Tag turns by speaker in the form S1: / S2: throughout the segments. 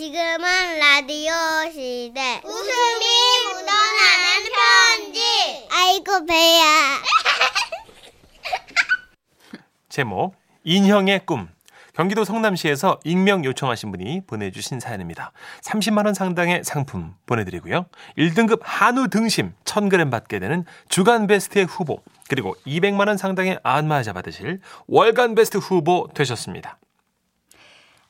S1: 지금은 라디오 시대. 웃음이 묻어나는 편지. 아이고, 배야.
S2: 제목 인형의 꿈 경기도 성남시에서 익명 요청하신 분이 보내주신 사연입니다. 30만 원 상당의 상품 보내드리고요. 1등급 한우 등심 1000g 받게 되는 주간 베스트의 후보 그리고 200만 원 상당의 안마자 받으실 월간 베스트 후보 되셨습니다.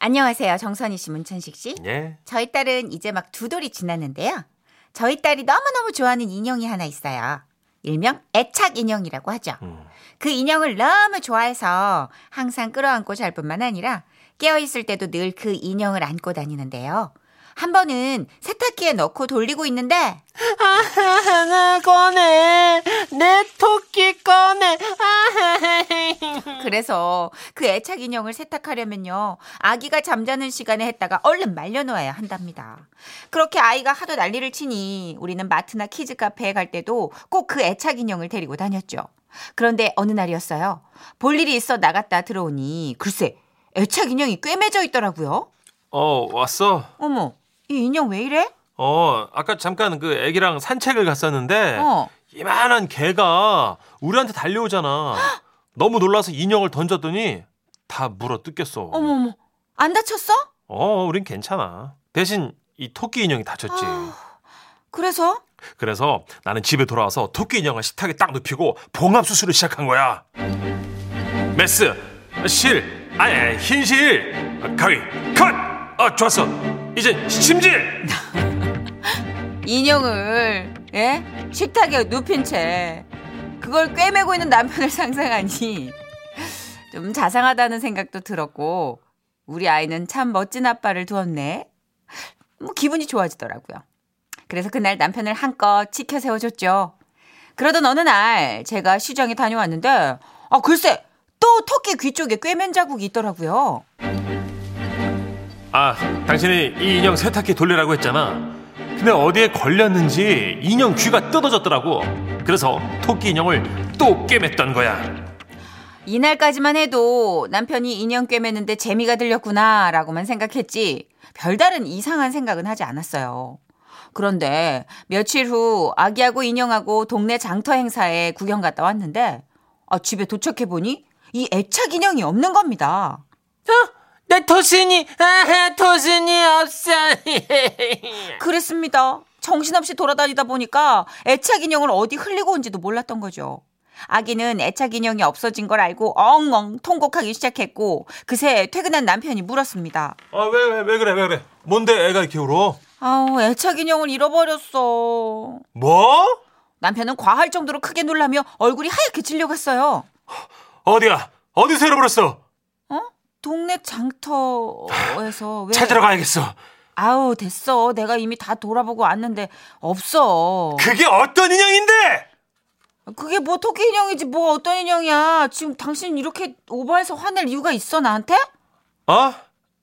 S3: 안녕하세요. 정선희 씨, 문천식 씨.
S2: 예.
S3: 저희 딸은 이제 막 두 돌이 지났는데요. 저희 딸이 너무너무 좋아하는 인형이 하나 있어요. 일명 애착 인형이라고 하죠.
S2: 음.
S3: 그 인형을 너무 좋아해서 항상 끌어안고 잘 뿐만 아니라 깨어있을 때도 늘 그 인형을 안고 다니는데요. 한 번은 세탁기에 넣고 돌리고 있는데
S4: 하나 꺼내 내 토끼 꺼내
S3: 그래서 그 애착 인형을 세탁하려면요. 아기가 잠자는 시간에 했다가 얼른 말려놓아야 한답니다. 그렇게 아이가 하도 난리를 치니 우리는 마트나 키즈 카페에 갈 때도 꼭 그 애착 인형을 데리고 다녔죠. 그런데 어느 날이었어요. 볼 일이 있어 나갔다 들어오니 글쎄 애착 인형이 꽤 맺어 있더라고요.
S2: 어 왔어.
S3: 어머, 이 인형 왜 이래?
S2: 어 아까 잠깐 그 애기랑 산책을 갔었는데
S3: 어.
S2: 이만한 개가 우리한테 달려오잖아. 너무 놀라서 인형을 던졌더니 다 물어 뜯겼어.
S3: 어머 어머. 안 다쳤어?
S2: 어, 우린 괜찮아. 대신 이 토끼 인형이 다쳤지.
S4: 아.
S3: 그래서
S2: 그래서 나는 집에 돌아와서 토끼 인형을 식탁에 딱 눕히고 봉합 수술을 시작한 거야. 메스, 실, 아예 흰실, 가위, 컷. 아 좋았어. 이제 심질.
S3: 인형을 예? 식탁에 눕힌 채 그걸 꿰매고 있는 남편을 상상하니 좀 자상하다는 생각도 들었고 우리 아이는 참 멋진 아빠를 두었네. 뭐 기분이 좋아지더라고요. 그래서 그날 남편을 한껏 지켜 세워줬죠. 그러던 어느 날 제가 시장에 다녀왔는데 아 글쎄 또 토끼 귀 쪽에 꿰맨 자국이 있더라고요.
S2: 아 당신이 이 인형 세탁기 돌리라고 했잖아. 근데 어디에 걸렸는지 인형 귀가 뜯어졌더라고. 그래서 토끼 인형을 또 꿰맸던 거야.
S3: 이날까지만 해도 남편이 인형 꿰매는데 재미가 들렸구나라고만 생각했지 별다른 이상한 생각은 하지 않았어요. 그런데 며칠 후 아기하고 인형하고 동네 장터 행사에 구경 갔다 왔는데 아, 집에 도착해 보니 이 애착 인형이 없는 겁니다.
S4: 내 토순이 아, 토순이 없어
S3: 그랬습니다. 정신없이 돌아다니다 보니까 애착 인형을 어디 흘리고 온지도 몰랐던 거죠. 아기는 애착 인형이 없어진 걸 알고 엉엉 통곡하기 시작했고 그새 퇴근한 남편이 물었습니다.
S2: 아 왜 왜 왜 그래 왜 그래 뭔데 애가 이렇게 울어
S3: 아우 애착 인형을 잃어버렸어.
S2: 뭐
S3: 남편은 과할 정도로 크게 놀라며 얼굴이 하얗게 질려갔어요.
S2: 어디야 어디서 잃어버렸어
S3: 동네 장터에서 왜
S2: 찾으러 가야겠어
S3: 아우 됐어. 내가 이미 다 돌아보고 왔는데 없어.
S2: 그게 어떤 인형인데
S3: 그게 뭐 토끼 인형이지 뭐 어떤 인형이야. 지금 당신 이렇게 오버해서 화낼 이유가 있어 나한테?
S2: 어? 아,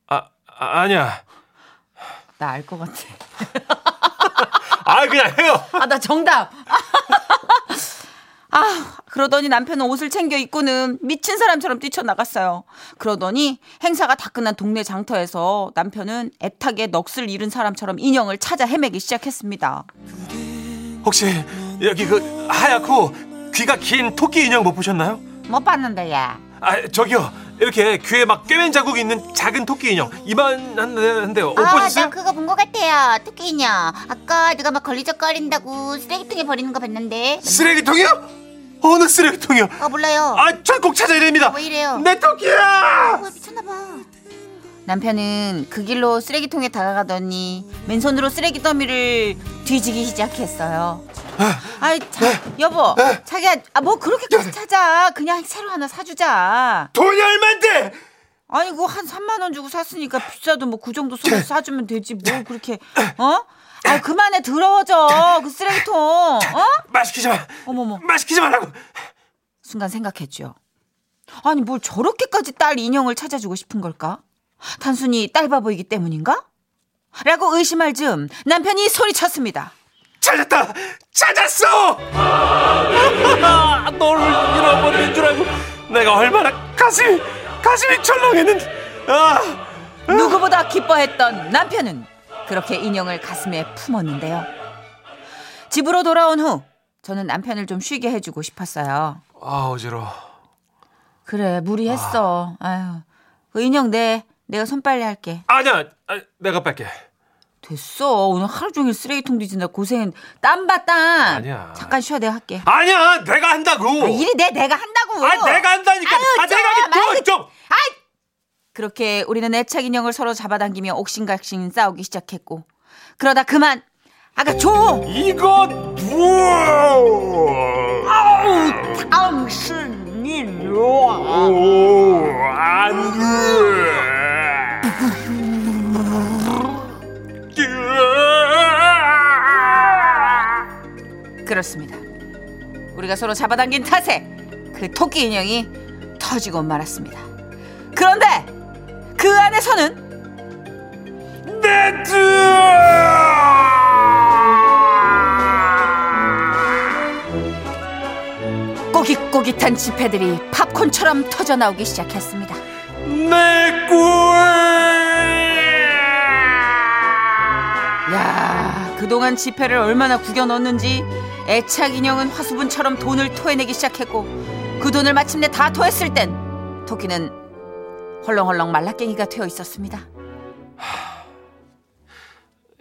S2: 아 아니야
S3: 나 알 것 같아.
S2: 아 그냥 해요
S3: 아 나 정답. 아 그러더니 남편은 옷을 챙겨 입고는 미친 사람처럼 뛰쳐나갔어요. 그러더니 행사가 다 끝난 동네 장터에서 남편은 애타게 넋을 잃은 사람처럼 인형을 찾아 헤매기 시작했습니다.
S2: 혹시 여기 그 하얗고 귀가 긴 토끼 인형 못 보셨나요
S3: 못뭐 봤는데 야.
S2: 아 저기요 이렇게 귀에 막 꿰맨 자국이 있는 작은 토끼 인형 이만한데 못 보셨어요
S5: 아, 나 그거 본 것 같아요. 토끼 인형. 아까 누가 막 걸리적거린다고 쓰레기통에 버리는 거 봤는데.
S2: 쓰레기통이요 어느 쓰레기통이요
S5: 아 몰라요.
S2: 아저 꼭 찾아야 됩니다
S5: 왜뭐 이래요?
S2: 내 토끼야
S5: 아, 미쳤나 봐.
S3: 남편은 그 길로 쓰레기통에 다가가더니 맨손으로 쓰레기 더미를 뒤지기 시작했어요. 아이 자, 여보, 자기야, 아, 뭐 그렇게까지 찾아? 그냥 새로 하나 사주자.
S2: 돈이 얼만데
S3: 아니 그거 한 3만 원 주고 샀으니까 비싸도 뭐 그 정도 손에 사주면 되지 뭐 그렇게 어? 아 그만해 더러워져 그 쓰레기통 어?
S2: 말 시키지 마
S3: 어머머
S2: 말 시키지 말라고
S3: 순간 생각했죠 아니 뭘 저렇게까지 딸 인형을 찾아주고 싶은 걸까? 단순히 딸 바보이기 때문인가? 라고 의심할 즈음 남편이 소리쳤습니다
S2: 찾았다! 찾았어! 아, 너를 잃어버린 줄 알고 내가 얼마나 가슴이 가슴이 철렁했는지 아
S3: 누구보다 기뻐했던 남편은 그렇게 인형을 가슴에 품었는데요. 집으로 돌아온 후 저는 남편을 좀 쉬게 해주고 싶었어요.
S2: 아 어지러워.
S3: 그래 무리했어. 아유 그 인형 내 내가 손빨래 할게.
S2: 아니야, 아, 내가 뺄게.
S3: 됐어 오늘 하루 종일 쓰레기통 뒤진다 고생했. 땀봐 땀.
S2: 아니야.
S3: 잠깐 쉬어 내가 할게.
S2: 아니야, 내가 한다고.
S3: 아, 일이 내 내가 한다고.
S2: 어. 아니, 내가 한다니까.
S3: 아유,
S2: 아, 내가
S3: 좀,
S2: 하긴
S3: 아이,
S2: 좀, 좀.
S3: 그렇게 우리는 애착 인형을 서로 잡아당기며 옥신각신 싸우기 시작했고 그러다 그만 아까 줘
S2: 이거 뭐?
S3: 아,
S2: 당신이요. 안 돼.
S3: 그렇습니다. 우리가 서로 잡아당긴 탓에 그 토끼 인형이 터지고 말았습니다. 그런데 그 안에서는
S2: 내 주.
S3: 꼬깃꼬깃한 지폐들이 팝콘처럼 터져 나오기 시작했습니다.
S2: 내 꿀.
S3: 야, 그동안 지폐를 얼마나 구겨 넣었는지 애착 인형은 화수분처럼 돈을 토해내기 시작했고 그 돈을 마침내 다 토했을 땐 토끼는 헐렁헐렁 말라깽이가 되어 있었습니다.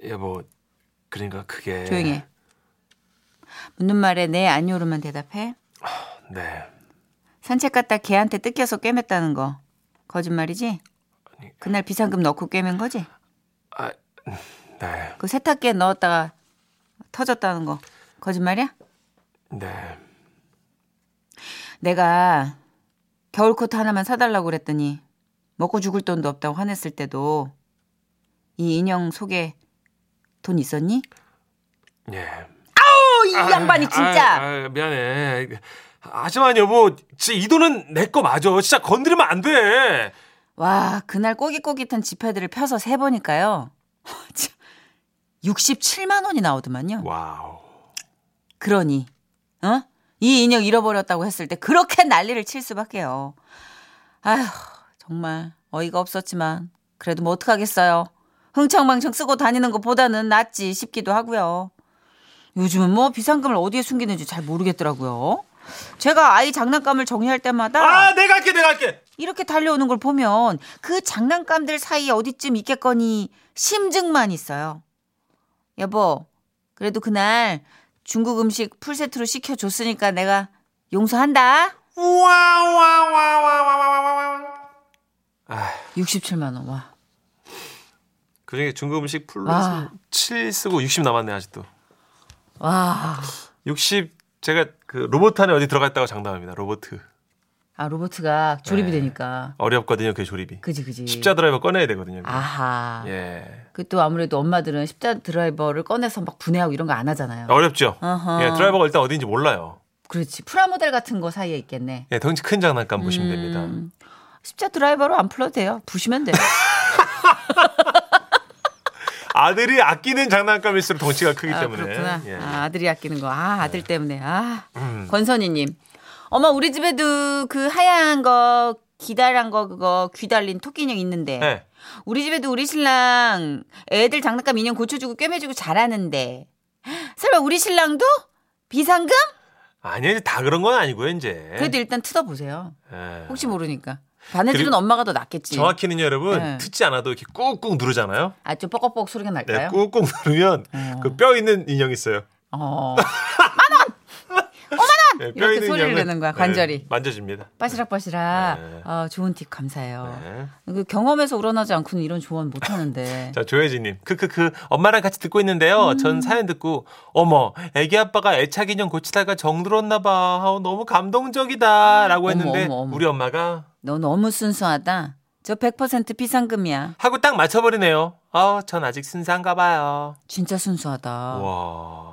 S2: 여보, 그러니까 그게
S3: 조용히 해. 묻는 말에 네 아니오로만 대답해.
S2: 네.
S3: 산책 갔다 걔한테 뜯겨서 꿰맸다는 거 거짓말이지? 그날 비상금 넣고 꿰맨 거지?
S2: 아, 네,
S3: 그 세탁기에 넣었다가 터졌다는 거 거짓말이야?
S2: 네.
S3: 내가 겨울 코트 하나만 사달라고 그랬더니 먹고 죽을 돈도 없다고 화냈을 때도 이 인형 속에 돈 있었니?
S2: 예.
S3: 어, 이 양반이 진짜
S2: 아, 아, 미안해. 하지만 여보, 진짜 이 돈은 내 거 맞아. 진짜 건드리면 안 돼.
S3: 와 그날 꼬깃꼬깃한 지폐들을 펴서 세 보니까요 67만 원이 나오더만요.
S2: 와우.
S3: 그러니, 어? 이 인형 잃어버렸다고 했을 때 그렇게 난리를 칠 수밖에요. 아휴, 정말 어이가 없었지만 그래도 뭐 어떡하겠어요. 흥청망청 쓰고 다니는 것보다는 낫지 싶기도 하고요. 요즘은 뭐 비상금을 어디에 숨기는지 잘 모르겠더라고요. 제가 아이 장난감을 정리할 때마다
S2: 아, 내가 할게, 내가 할게.
S3: 이렇게 달려오는 걸 보면 그 장난감들 사이에 어디쯤 있겠거니 심증만 있어요. 여보, 그래도 그날 중국 음식 풀세트로 시켜줬으니까 내가 용서한다.
S2: 와와와와와와와와.
S3: 67만원, 와.
S2: 그중에 중국 음식 풀로
S3: 와.
S2: 7 쓰고 60 남았네 아직도.
S3: 와.
S2: 60 제가 그 로봇 안에 어디 들어갔다고 장담합니다. 로봇
S3: 아, 로버트가 조립이
S2: 네.
S3: 되니까.
S2: 어렵거든요, 그 조립이.
S3: 그지, 그지.
S2: 십자 드라이버 꺼내야 되거든요. 이거.
S3: 아하.
S2: 예.
S3: 그 또 아무래도 엄마들은 십자 드라이버를 꺼내서 막 분해하고 이런 거 안 하잖아요.
S2: 어렵죠.
S3: 어허.
S2: 예, 드라이버가 일단 어디인지 몰라요.
S3: 그렇지. 프라모델 같은 거 사이에 있겠네.
S2: 예, 덩치 큰 장난감
S3: 음.
S2: 보시면 됩니다.
S3: 십자 드라이버로 안 풀어도 돼요. 부시면 돼요.
S2: 아들이 아끼는 장난감일수록 덩치가 크기 때문에.
S3: 아, 그렇구나.
S2: 예.
S3: 아, 아들이 아끼는 거. 아, 아들 때문에. 아.
S2: 음.
S3: 권선희님. 엄마, 우리 집에도 그 하얀 거, 기다란 거, 그거, 귀 달린 토끼 인형 있는데.
S2: 예.
S3: 우리 집에도 우리 신랑 애들 장난감 인형 고쳐주고 꿰매주고 잘하는데. 설마 우리 신랑도? 비상금?
S2: 아니요, 이제 다 그런 건 아니고요, 이제.
S3: 그래도 일단 뜯어보세요.
S2: 예.
S3: 혹시 모르니까. 바느질은
S2: 그리고
S3: 엄마가 더 낫겠지.
S2: 정확히는요, 여러분.
S3: 예.
S2: 듣지 않아도 이렇게 꾹꾹 누르잖아요.
S3: 아, 좀 뻐걱뻐걱 소리가
S2: 네,
S3: 날까요?
S2: 꾹꾹 누르면 그 뼈 있는 인형 있어요.
S3: 어.
S2: 예,
S3: 이렇게 소리를 내는 거야, 관절이.
S2: 예, 만져집니다.
S3: 빠시락빠시락.
S2: 네.
S3: 어, 좋은 팁 감사해요.
S2: 예.
S3: 그 경험에서 우러나지 않고는 이런 조언 못 하는데.
S2: 자, 조혜진님. 크크크. 엄마랑 같이 듣고 있는데요.
S3: 음.
S2: 전 사연 듣고, 어머, 애기 아빠가 애착 인형 고치다가 정들었나봐. 너무 감동적이다. 라고 했는데,
S3: 아, 어머, 어머, 어머.
S2: 우리 엄마가
S3: 너 너무 순수하다. 저 100% 비상금이야.
S2: 하고 딱 맞춰버리네요. 아, 전 아직 순상가봐요.
S3: 진짜 순수하다.
S2: 와.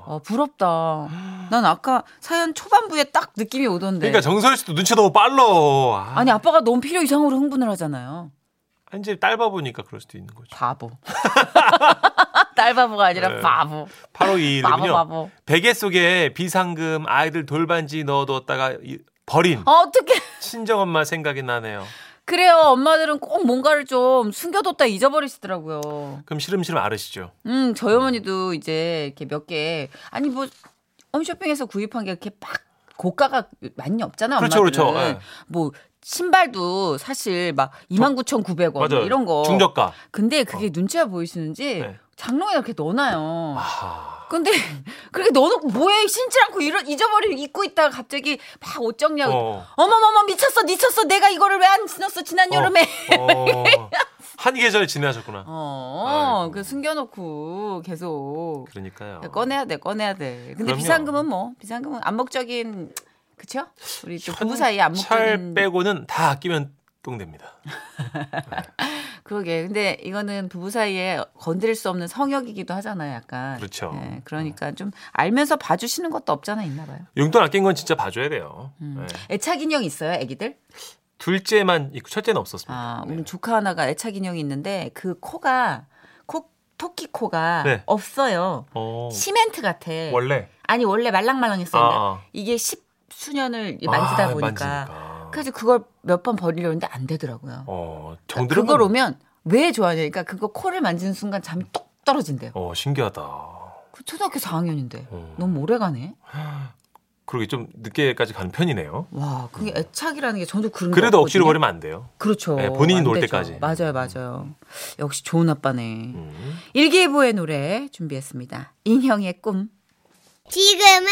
S3: 어, 부럽다. 난 아까 사연 초반부에 딱 느낌이 오던데.
S2: 그러니까 정설 씨도 눈치 너무 빨라. 아,
S3: 네. 아니 아빠가 너무 필요 이상으로 흥분을 하잖아요.
S2: 아니, 이제 딸 바보니까 그럴 수도 있는 거죠.
S3: 바보. 딸 바보가 아니라
S2: 네.
S3: 바보.
S2: 8호
S3: 바보
S2: 2일은요.
S3: 바보.
S2: 베개 속에 비상금 아이들 돌반지 넣어두었다가 이- 버린
S3: 어, 어떡해.
S2: 친정엄마 생각이 나네요.
S3: 그래요. 엄마들은 꼭 뭔가를 좀 숨겨뒀다 잊어버리시더라고요.
S2: 그럼 시름시름 아르시죠.
S3: 음, 저희 어머니도 이제 이렇게 몇 개, 아니 뭐, 홈쇼핑에서 구입한 게 이렇게 막 고가가 많이 없잖아.
S2: 그렇죠,
S3: 엄마들은.
S2: 그렇죠. 예.
S3: 뭐, 신발도 사실 막 29,900원
S2: 맞아요.
S3: 뭐, 이런 거.
S2: 중저가.
S3: 근데 그게 눈치가 보이시는지
S2: 네.
S3: 장롱에 이렇게 넣어놔요.
S2: 아,
S3: 근데 그렇게 넣어놓고 뭐해 신지 않고 이러, 잊어버리고 입고 있다가 갑자기 막 옷 정리하고
S2: 어.
S3: 어머머머 미쳤어 미쳤어 내가 이거를 왜 안 신었어 지난
S2: 어.
S3: 여름에
S2: 어, 한 계절 지나셨구나.
S3: 어,
S2: 아이고.
S3: 그 숨겨놓고 계속
S2: 그러니까요.
S3: 야, 네, 꺼내야 돼, 꺼내야 돼. 근데
S2: 어. 그럼요.
S3: 비상금은 뭐, 비상금은 안목적인, 그쵸? 우리 또 부부 사이에
S2: 찰
S3: 안목적인.
S2: 빼고는 다 아끼면 똥됩니다.
S3: 그러게. 근데 이거는 부부 사이에 건드릴 수 없는 성역이기도 하잖아요, 약간.
S2: 그렇죠.
S3: 예, 그러니까 좀 알면서 봐주시는 것도 없잖아, 있나 봐요.
S2: 용돈 아낀 건 진짜 봐줘야 돼요.
S3: 음.
S2: 네.
S3: 애착 인형 있어요, 애기들? 둘째만
S2: 있고 첫째는 없었습니다.
S3: 아,
S2: 네.
S3: 우리 조카 하나가 애착 인형이 있는데 그 코가, 코, 토끼 코가
S2: 네.
S3: 없어요.
S2: 어,
S3: 시멘트 같아.
S2: 원래
S3: 아니, 원래 말랑말랑했어요.
S2: 아,
S3: 그러니까
S2: 아.
S3: 이게 십 수년을 만지다
S2: 아,
S3: 보니까.
S2: 만지니까.
S3: 그래서 그걸 몇 번 버리려 했는데 안 되더라고요.
S2: 어,
S3: 그러니까
S2: 정들은
S3: 그걸 오면 왜 좋아하냐니까 그거 코를 만지는 순간 잠이 뚝 떨어진대요.
S2: 어, 신기하다.
S3: 그 초등학교 4학년인데
S2: 어.
S3: 너무 오래 가네.
S2: 그러게 좀 늦게까지 가는 편이네요.
S3: 와, 그게 애착이라는 게 저도 그런 거
S2: 그래도 억지로
S3: 없거든요.
S2: 버리면 안 돼요.
S3: 그렇죠.
S2: 네, 본인이
S3: 안
S2: 놀
S3: 되죠.
S2: 때까지.
S3: 맞아요, 맞아요. 역시 좋은 아빠네.
S2: 음.
S3: 일기예보의 노래 준비했습니다. 인형의 꿈.
S1: 지금은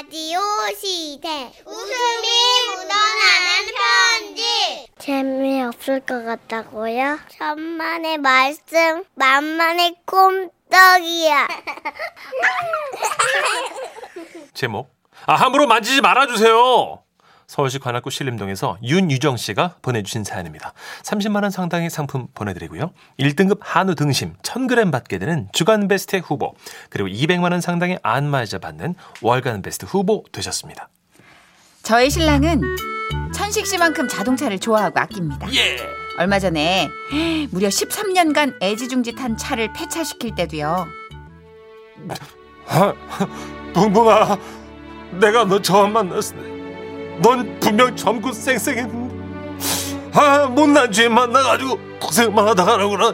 S1: 라디오 시대. 웃음이 묻어나는 편지. 재미없을 것 같다고요? 천만의 말씀, 만만의 꼼떡이야.
S2: 제목 아 함부로 만지지 말아주세요. 서울시 관악구 신림동에서 윤유정 씨가 보내주신 사연입니다. 30만 원 상당의 상품 보내드리고요. 1등급 한우 등심 1,000g 받게 되는 주간 베스트 후보 그리고 200만 원 상당의 안마의자 받는 월간 베스트 후보 되셨습니다.
S3: 저의 신랑은 천식 씨만큼 자동차를 좋아하고 아낍니다.
S2: 예.
S3: 얼마 전에 무려 13년간 애지중지 탄 차를 폐차시킬 때도요.
S2: 아, 붕붕아, 내가 너 처음 만났을 때 넌 분명 젊고 쌩쌩했는데 아 못난 죄 만나가지고 고생만 하다가라구나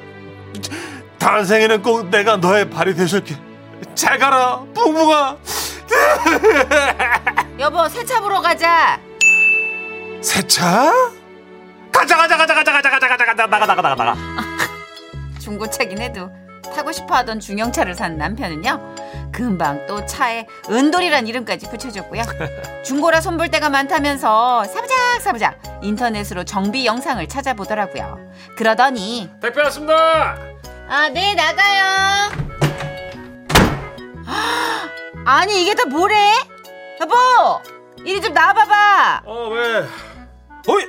S2: 탄생에는 꼭 내가 너의 발이 되줄게 잘 가라 붕붕아
S3: 여보 세차 보러 가자.
S2: 세차? 가자 가자 가자 가자 가자 가자 가자 가자 나가 나가 나가 나가
S3: 중고차긴 해도 타고 싶어하던 중형차를 산 남편은요. 금방 또 차에 은돌이란 이름까지 붙여줬고요. 중고라 손볼 데가 많다면서 사부작 사부작 인터넷으로 정비 영상을 찾아보더라고요. 그러더니
S4: 대표 왔습니다.
S3: 아 네 나가요. 아니 이게 다 뭐래? 여보 이리 좀 나와봐봐.
S2: 어왜 어이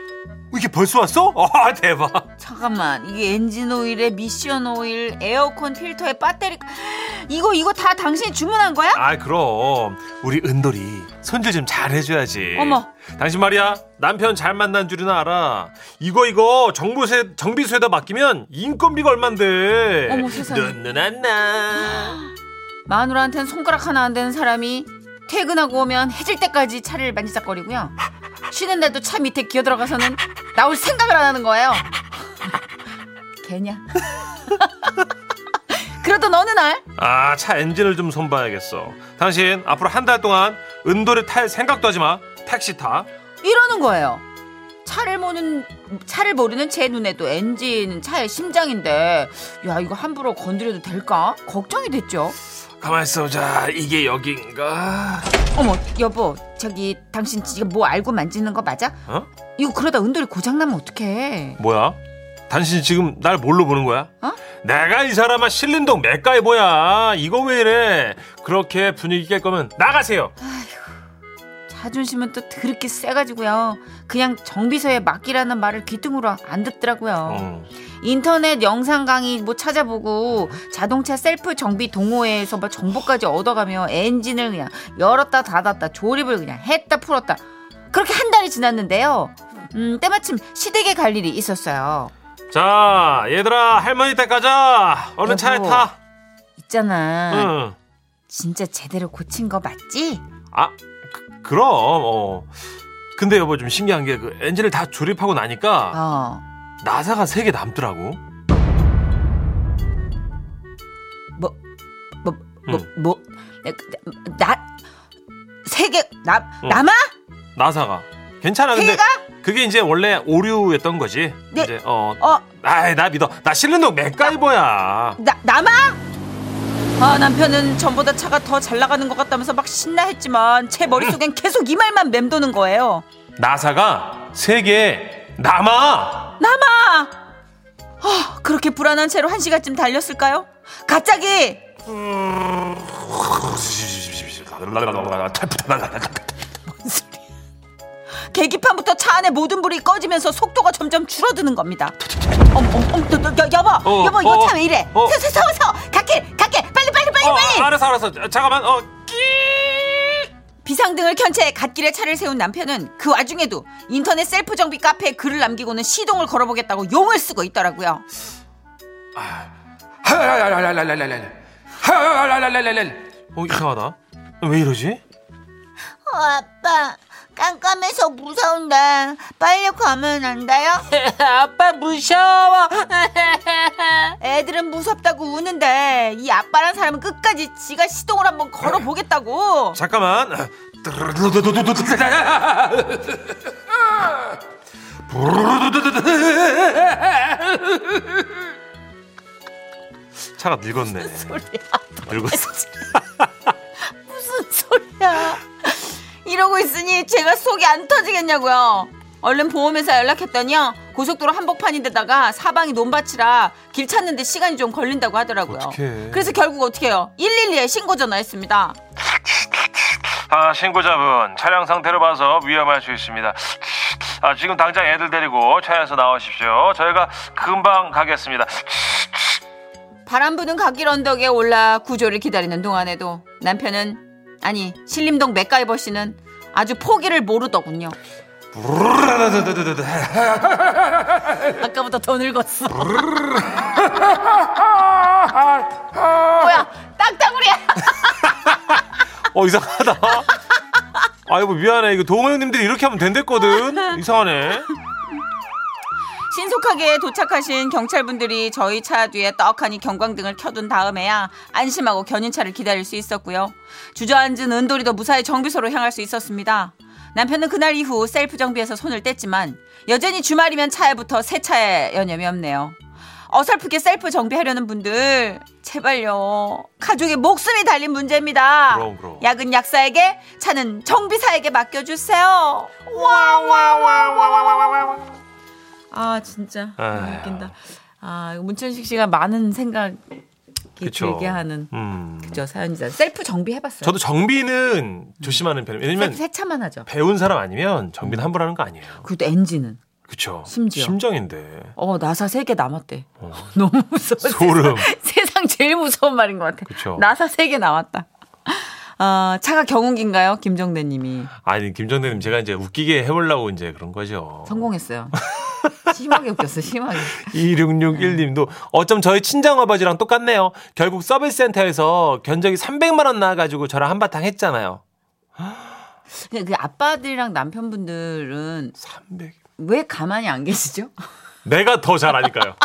S2: 이게 벌써 왔어? 아 대박
S3: 잠깐만 이게 엔진 오일에 미션 오일 에어컨 필터에 배터리 이거 이거 다 당신이 주문한 거야?
S2: 아 그럼 우리 은돌이 손질 좀 잘해줘야지
S3: 어머.
S2: 당신 말이야 남편 잘 만난 줄이나 알아 이거 이거 정부세, 정비소에다 맡기면 인건비가 얼만데
S3: 어머, 세상에.
S2: 눈누난나
S3: 마누라한테는 손가락 하나 안 되는 사람이 퇴근하고 오면 해질 때까지 차를 만지작거리고요 쉬는 날도 차 밑에 기어들어가서는 나올 생각을 안 하는 거예요 개냐 그러던 어느 날
S2: 아차 엔진을 좀 손봐야겠어 당신 앞으로 한 달 동안 은돌이 탈 생각도 하지마 택시 타
S3: 이러는 거예요. 차를 모는 차를 모르는 제 눈에도 엔진은 차의 심장인데 야 이거 함부로 건드려도 될까 걱정이 됐죠.
S2: 가만있어 보자 이게 여긴가
S3: 어머 여보 저기 당신 지금 뭐 알고 만지는 거 맞아?
S2: 어?
S3: 이거 그러다 은돌이 고장 나면 어떡해?
S2: 뭐야 당신 지금 날 뭘로 보는 거야?
S3: 어?
S2: 내가 이 사람아 신림동 맥가이 뭐야 이거 왜 이래 그렇게 분위기 깰 거면 나가세요
S3: 자존심은 또 드럽게 세가지고요. 그냥 정비소에 맡기라는 말을 귀등으로 안 듣더라고요.
S2: 음.
S3: 인터넷 영상 강의 뭐 찾아보고 자동차 셀프 정비 동호회에서 막 정보까지 얻어가며 엔진을 그냥 열었다 닫았다 조립을 그냥 했다 풀었다 그렇게 한 달이 지났는데요. 음 때마침 시댁에 갈 일이 있었어요.
S2: 자 얘들아 할머니 댁 가자 얼른
S3: 여보. 네.
S2: 차에 타
S3: 있잖아.
S2: 응.
S3: 진짜 제대로 고친 거 맞지?
S2: 아 그, 럼 어. 근데 여보 좀 신기한 게 그 엔진을 다 조립하고 나니까
S3: 어.
S2: 나사가 세 개 남더라고.
S3: 뭐, 뭐,
S2: 음.
S3: 뭐, 나, 세 개, 남,
S2: 어.
S3: 남아?
S2: 나사가. 괜찮아. 근데
S3: 세가?
S2: 그게 이제 원래 오류였던 거지.
S3: 네.
S2: 이제 어.
S3: 어,
S2: 아이, 나 믿어. 나 실린더 맥가이버야.
S3: 나, 남아? 아, 남편은 전보다 차가 더 잘 나가는 것 같다면서 막 신나했지만 제 머릿속엔 계속 이 말만 맴도는 거예요.
S2: 나사가 세 개 남아.
S3: 남아! 아, 그렇게 불안한 채로 한 시간쯤 달렸을까요? 갑자기
S2: 어,
S3: 계기판부터 차 안에 모든 불이 꺼지면서 속도가 점점 줄어드는 겁니다. 어머, 어머, 어머, 여, 여, 여보,
S2: 어,
S3: 여보, 이거
S2: 어,
S3: 참 왜 이래?
S2: 어.
S3: 서, 서, 서, 서, 갓길, 갓길, 빨리, 빨리, 빨리,
S2: 어,
S3: 빨리.
S2: 알았어, 알았어. 잠깐만. 어,
S3: 비상등을 켠 채 갓길에 차를 세운 남편은 그 와중에도 인터넷 셀프 정비 카페에 글을 남기고는 시동을 걸어보겠다고 용을 쓰고 있더라고요.
S2: 어 이상하다. 왜 이러지?
S5: 어, 아빠 깜깜해서 무서운데 빨리 가면 안 돼요?
S4: 아빠 무서워.
S3: 애들은 무섭다고 우는데 이 아빠란 사람은 끝까지 지가 시동을 한번 걸어보겠다고.
S2: 잠깐만. 차가 늙었네. 늙었어.
S3: 무슨 소리야? 이러고 있으니 제가 속이 안 터지겠냐고요. 얼른 보험회사 연락했더니요. 고속도로 한복판인데다가 사방이 논밭이라 길 찾는데 시간이 좀 걸린다고 하더라고요.
S2: 어떡해.
S3: 그래서 결국 어떻게 해요? 112에 신고 전화했습니다.
S2: 아, 신고자분 차량 상태로 봐서 위험할 수 있습니다. 아, 지금 당장 애들 데리고 차에서 나오십시오. 저희가 금방 가겠습니다.
S3: 바람 부는 갓길 언덕에 올라 구조를 기다리는 동안에도 남편은 아니 신림동 맥가이버 씨는 아주 포기를 모르더군요. 아까보다 더 늙었어. 뭐야 딱따구리야.
S2: 어, 이상하다. 아이고 미안해. 이거 동호 형님들이 이렇게 하면 된댔거든. 이상하네.
S3: 신속하게 도착하신 경찰분들이 저희 차 뒤에 떡하니 경광등을 켜둔 다음에야 안심하고 견인차를 기다릴 수 있었고요. 주저앉은 은돌이도 무사히 정비소로 향할 수 있었습니다. 남편은 그날 이후 셀프 정비에서 손을 뗐지만 여전히 주말이면 차에 붙어 새 차에 여념이 없네요. 어설프게 셀프 정비하려는 분들 제발요. 가족의 목숨이 달린 문제입니다.
S2: 그럼, 그럼.
S3: 약은 약사에게 차는 정비사에게 맡겨주세요. 아 진짜
S2: 아휴.
S3: 웃긴다. 아 이거 문천식 씨가 많은 생각 이
S2: 그쵸.
S3: 들게 하는
S2: 음.
S3: 그죠 사연이자 셀프 정비해봤어요.
S2: 저도 정비는 조심하는 편이에요. 왜냐면
S3: 세차만 하죠.
S2: 배운 사람 아니면 정비는 함부로 하는 거 아니에요.
S3: 그리고 또 엔진은
S2: 그쵸.
S3: 심지어.
S2: 심정인데.
S3: 어 나사 세 개 남았대.
S2: 어.
S3: 너무 무서워.
S2: 소름.
S3: 세상 제일 무서운 말인 것 같아.
S2: 그쵸.
S3: 나사 세 개 남았다. 아 차가 경운기인가요, 김정대님이
S2: 아니, 김정대님 제가 이제 웃기게 해보려고 이제 그런 거죠.
S3: 성공했어요. 심하게 웃겼어, 심하게.
S2: 2661님도 어쩜 저희 친정 아버지랑 똑같네요. 결국 서비스 센터에서 견적이 300만 원 나와가지고 저랑 한바탕 했잖아요.
S3: 근데 그 아빠들이랑 남편분들은
S2: 300.
S3: 왜 가만히 안 계시죠?
S2: 내가 더 잘하니까요.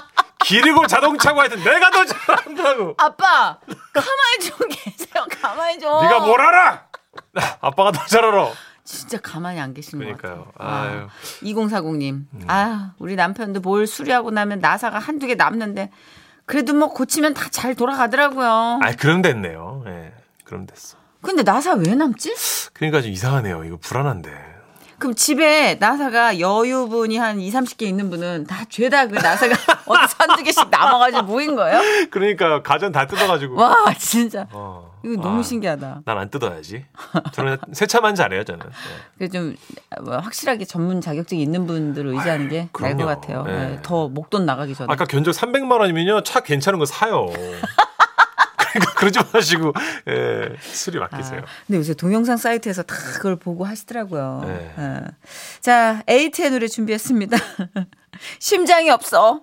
S2: 길이고 자동차고 하여튼 내가 더 잘한다고.
S3: 아빠 가만히 좀 계세요. 가만히 좀.
S2: 네가 뭘 알아? 아빠가 더 잘 알아.
S3: 진짜 가만히 안 계신
S2: 그러니까요.
S3: 것 같아요.
S2: 아유. 음.
S3: 2040님. 아, 우리 남편도 뭘 수리하고 나면 나사가 한두 개 남는데 그래도 뭐 고치면 다 잘 돌아가더라고요.
S2: 아, 그럼 됐네요. 예. 그럼 됐어.
S3: 근데 나사 왜 남지?
S2: 그러니까 좀 이상하네요. 이거 불안한데.
S3: 그럼 집에 나사가 여유분이 한 2, 30개 있는 분은 다 죄다 그 나사가 어디서 한두 개씩 남아가지고 모인 거예요?
S2: 그러니까 가전 다 뜯어가지고.
S3: 와, 진짜.
S2: 어.
S3: 이거 너무
S2: 아,
S3: 신기하다.
S2: 난안 뜯어야지. 저는 세차만 잘해요, 저는. 예.
S3: 그래좀뭐 확실하게 전문 자격증이 있는 분들을 의지하는 게 나을 것
S2: 그럼요.
S3: 같아요.
S2: 네.
S3: 네, 더 목돈 나가기 전에.
S2: 아까 견적 300만 원이면요, 차 괜찮은 거 사요. 그러니까 그러지 마시고, 예, 수리 맡기세요.
S3: 아, 근데 요새 동영상 사이트에서 다 그걸 보고 하시더라고요.
S2: 네.
S3: 예. 자, 에이트의 노래 준비했습니다. 심장이 없어.